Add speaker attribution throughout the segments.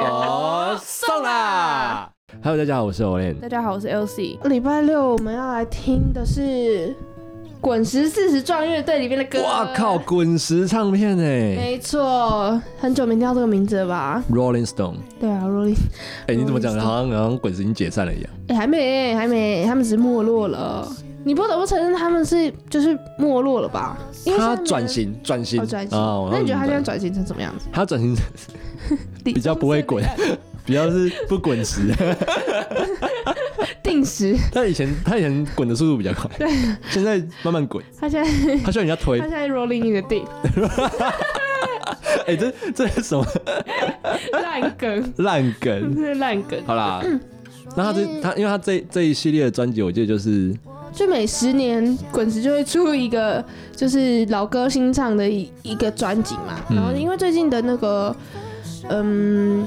Speaker 1: 哦，送啦！Hello，大家好，我是 Olen。
Speaker 2: 大家好，我是 LC。
Speaker 3: 礼拜六我们要来听的是《滚石四十壮乐队》里面的歌。
Speaker 1: 哇靠，！滚石唱片哎
Speaker 3: 没错，很久没听到这个名字了吧？
Speaker 1: ，Rolling Stone。
Speaker 3: 对啊，Rolling，
Speaker 1: 哎，你怎么讲
Speaker 3: Rolling
Speaker 1: 的？
Speaker 3: Stone
Speaker 1: 好像好像滚石已经解散了一样。
Speaker 3: 哎、还没，还没，他们只是没落了。你不得不承认他们是就是没落了吧？因为现在
Speaker 1: 他
Speaker 3: 没人
Speaker 1: 转型，转型
Speaker 3: 哦转型。
Speaker 1: 哦
Speaker 3: 那你觉得他现在？转型成什么样子？
Speaker 1: 他转型 比较不会滚，比较是不滚石。
Speaker 3: 定时，
Speaker 1: 他以前他以前滚的速度比较快，现在慢慢滚，
Speaker 3: 他现在
Speaker 1: 他需要人家推
Speaker 3: 他。现在 Rolling in the deep，
Speaker 1: 哎，这这是什么
Speaker 3: 烂 梗，
Speaker 1: 烂
Speaker 3: 真
Speaker 1: 梗？
Speaker 3: 的是烂梗。
Speaker 1: 好啦，
Speaker 3: 嗯
Speaker 1: 那他这他因为他这这一系列的专辑，我记得就是
Speaker 3: 就每十年，滚石就会出一个就是老歌新唱的一一个专辑嘛。
Speaker 1: 嗯
Speaker 3: 然后因为最近的那个，嗯，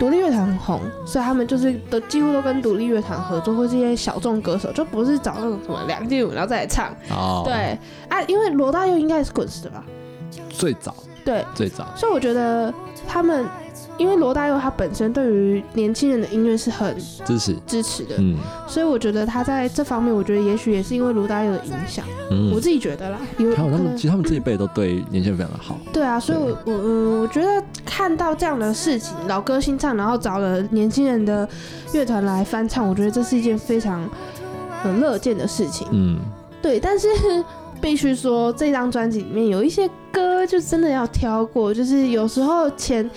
Speaker 3: 独立乐团很红，所以他们就是都几乎都跟独立乐团合作，或是一些小众歌手，就不是找那种什么梁静茹然后再来唱。
Speaker 1: 哦，，
Speaker 3: 对啊，因为罗大佑应该也是滚石的吧？
Speaker 1: 最早
Speaker 3: 对，
Speaker 1: 最早，
Speaker 3: 所以我觉得他们，因为罗大佑他本身对于年轻人的音乐是很
Speaker 1: 支持，
Speaker 3: 支持的，
Speaker 1: 嗯
Speaker 3: 所以我觉得他在这方面，我觉得也许也是因为罗大佑的影响。我
Speaker 1: 嗯，
Speaker 3: 自己觉得啦，
Speaker 1: 还
Speaker 3: 有
Speaker 1: 有他
Speaker 3: 可
Speaker 1: 们
Speaker 3: 能
Speaker 1: 其实他们这一辈都对年轻人非常的好，
Speaker 3: 对啊，所以我我嗯，我觉得看到这样的事情，老歌新唱，然后找了年轻人的乐团来翻唱，我觉得这是一件非常很乐见的事情。
Speaker 1: 嗯，
Speaker 3: 对，但是 必须说，这张专辑里面有一些歌就真的要挑过，就是有时候前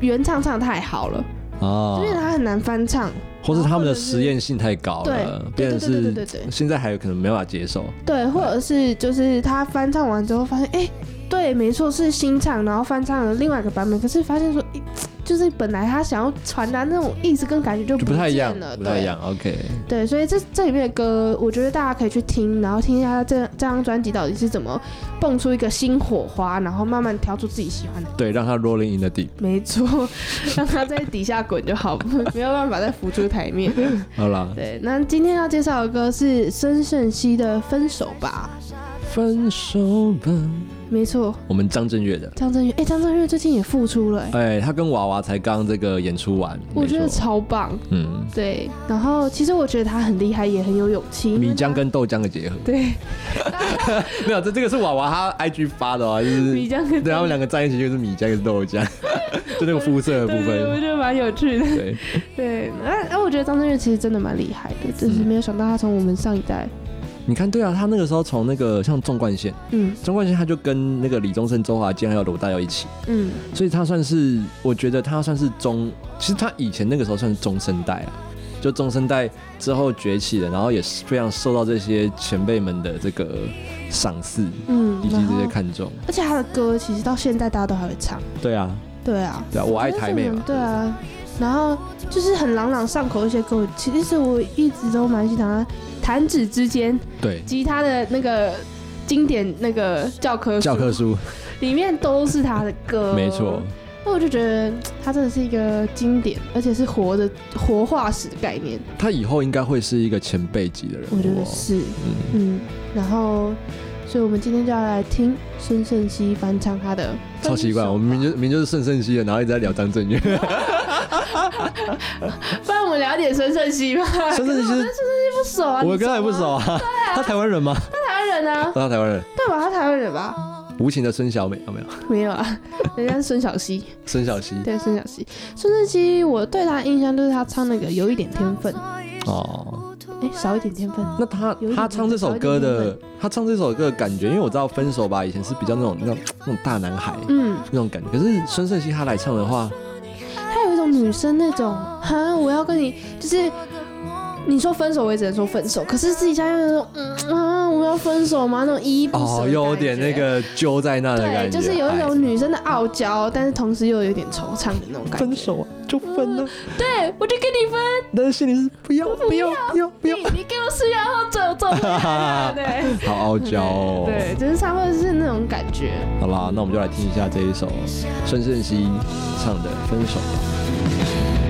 Speaker 3: 原唱唱得太好了，
Speaker 1: 哦
Speaker 3: 就，是它很难翻唱。
Speaker 1: 或是他们的
Speaker 3: 或者是
Speaker 1: 实验性太高
Speaker 3: 对
Speaker 1: 了，，
Speaker 3: 对
Speaker 1: 变
Speaker 3: 对
Speaker 1: 成
Speaker 3: 对对对
Speaker 1: 是
Speaker 3: 对对。
Speaker 1: 现在还有可能没办法接受，
Speaker 3: 对，或者是就是他翻唱完之后发现，哎、对，没错是新唱，然后翻唱了另外一个版本，可是发现说，诶就是本来他想要传达那种意思跟感觉就
Speaker 1: 就不太一样
Speaker 3: 见了，，
Speaker 1: 不太一
Speaker 3: 对
Speaker 1: 样，OK，
Speaker 3: 对，所以这这里面的歌，我觉得大家可以去听，然后听一下这这张专辑到底是怎么蹦出一个新火花，然后慢慢挑出自己喜欢的。
Speaker 1: 对，让他 rolling in the deep，
Speaker 3: 没错，让它在底下滚就 好，没有办法再浮出台面。
Speaker 1: 好啦，
Speaker 3: 对，那今天要介绍的歌是孙盛熙的《分手吧
Speaker 1: 分手吧，》，
Speaker 3: 没错，
Speaker 1: 我们张震岳的。
Speaker 3: 张震岳，哎、张震岳最近也复出了、哎，
Speaker 1: 哎、他跟娃娃才刚这个演出完，
Speaker 3: 我觉得
Speaker 1: 没错
Speaker 3: 超棒。
Speaker 1: 嗯，
Speaker 3: 对，然后其实我觉得他很厉害，也很有勇气。因为
Speaker 1: 米浆跟豆浆的结合，
Speaker 3: 对，
Speaker 1: 没有，这这个是娃娃他 IG 发的啊，就是
Speaker 3: 米江跟
Speaker 1: 对他们两个在一起就是米浆跟豆浆， 就那个肤色的部
Speaker 3: 对对，我
Speaker 1: 分。
Speaker 3: 觉得蛮有趣的。
Speaker 1: 对，
Speaker 3: 对，那那我觉得张震岳其实真的蛮厉害的，只是
Speaker 1: 嗯
Speaker 3: 没有想到他从我们上一代，
Speaker 1: 你看，对啊，他那个时候从那个像纵贯线，
Speaker 3: 嗯
Speaker 1: 纵贯线他就跟那个李宗盛、周华健还有罗大佑一起，
Speaker 3: 嗯，
Speaker 1: 所以他算是，我觉得他算是中，其实他以前那个时候算是中生代啊，就中生代之后崛起的，然后也是非常受到这些前辈们的这个赏识
Speaker 3: 嗯
Speaker 1: 以及
Speaker 3: 然
Speaker 1: 这
Speaker 3: 后
Speaker 1: 些看重。
Speaker 3: 而且他的歌其实到现在大家都还会唱。
Speaker 1: 对啊，
Speaker 3: 对啊，
Speaker 1: 对啊，我爱台妹嘛。
Speaker 3: 对啊，然后就是很朗朗上口的一些歌，我其实我一直都蛮喜欢他。弹指之间，
Speaker 1: 对，
Speaker 3: 吉他的那个经典那个教科书
Speaker 1: 教科书
Speaker 3: 里面都是他的歌，
Speaker 1: 没错。。
Speaker 3: 那我就觉得嗯他真的是一个经典，而且是活的活化石的概念，
Speaker 1: 他以后应该会是一个前辈级的人物、
Speaker 3: 我觉得
Speaker 1: 哦
Speaker 3: 是，
Speaker 1: 嗯，
Speaker 3: 嗯。然后，所以我们今天就要来听孙盛熙翻唱他的《
Speaker 1: 超奇怪，我们明明就明明就是盛盛熙的，然后一直在聊张震 岳。
Speaker 3: 不然我们聊点孙盛熙吧。
Speaker 1: 盛熙
Speaker 3: 可
Speaker 1: 是
Speaker 3: 是我跟孙盛熙不熟啊，
Speaker 1: 我
Speaker 3: 你
Speaker 1: 跟他也不
Speaker 3: 吗
Speaker 1: 熟，啊， 他台湾人吗？
Speaker 3: 他台湾人啊，
Speaker 1: 他台湾人，
Speaker 3: 对吧？他台湾人吧？
Speaker 1: 无情的孙小美有没有？
Speaker 3: 没有啊，人家是孙小熙，
Speaker 1: 孙小熙
Speaker 3: 对孙小熙，孙盛熙，我对他的印象就是他唱那个有一点天分，
Speaker 1: 哦。
Speaker 3: 哎，少一点天分，
Speaker 1: 那他
Speaker 3: 有一点
Speaker 1: 他唱这首歌的，他唱这首歌的感觉，因为我知道《分手吧》以前是比较那种那种那种大男孩
Speaker 3: 嗯。
Speaker 1: 那种感觉，可是孙盛熙他来唱的话，
Speaker 3: 他有一种女生那种，哈，我要跟你，就是你说分手，我也只能说分手。可是自己家又那种，嗯啊，我们要分手吗？那种依依不舍的感
Speaker 1: 哦，
Speaker 3: 觉
Speaker 1: 有点那。个揪在那的
Speaker 3: 对，
Speaker 1: 感觉，
Speaker 3: 就是有一
Speaker 1: 哎
Speaker 3: 种女生的傲娇，但是同时又有点惆怅的那种感觉。
Speaker 1: 分手啊，就分
Speaker 3: 嗯
Speaker 1: 了，
Speaker 3: 对，我就跟你分，
Speaker 1: 但是心里是不要不要不要不要，
Speaker 3: 你你给我吃药后走走不了，对，
Speaker 1: 好傲娇哦。
Speaker 3: 对，就是差不多是那种感觉。
Speaker 1: 好啦，那我们就来听一下这一首孙盛熙唱的《分手吧》。
Speaker 4: 我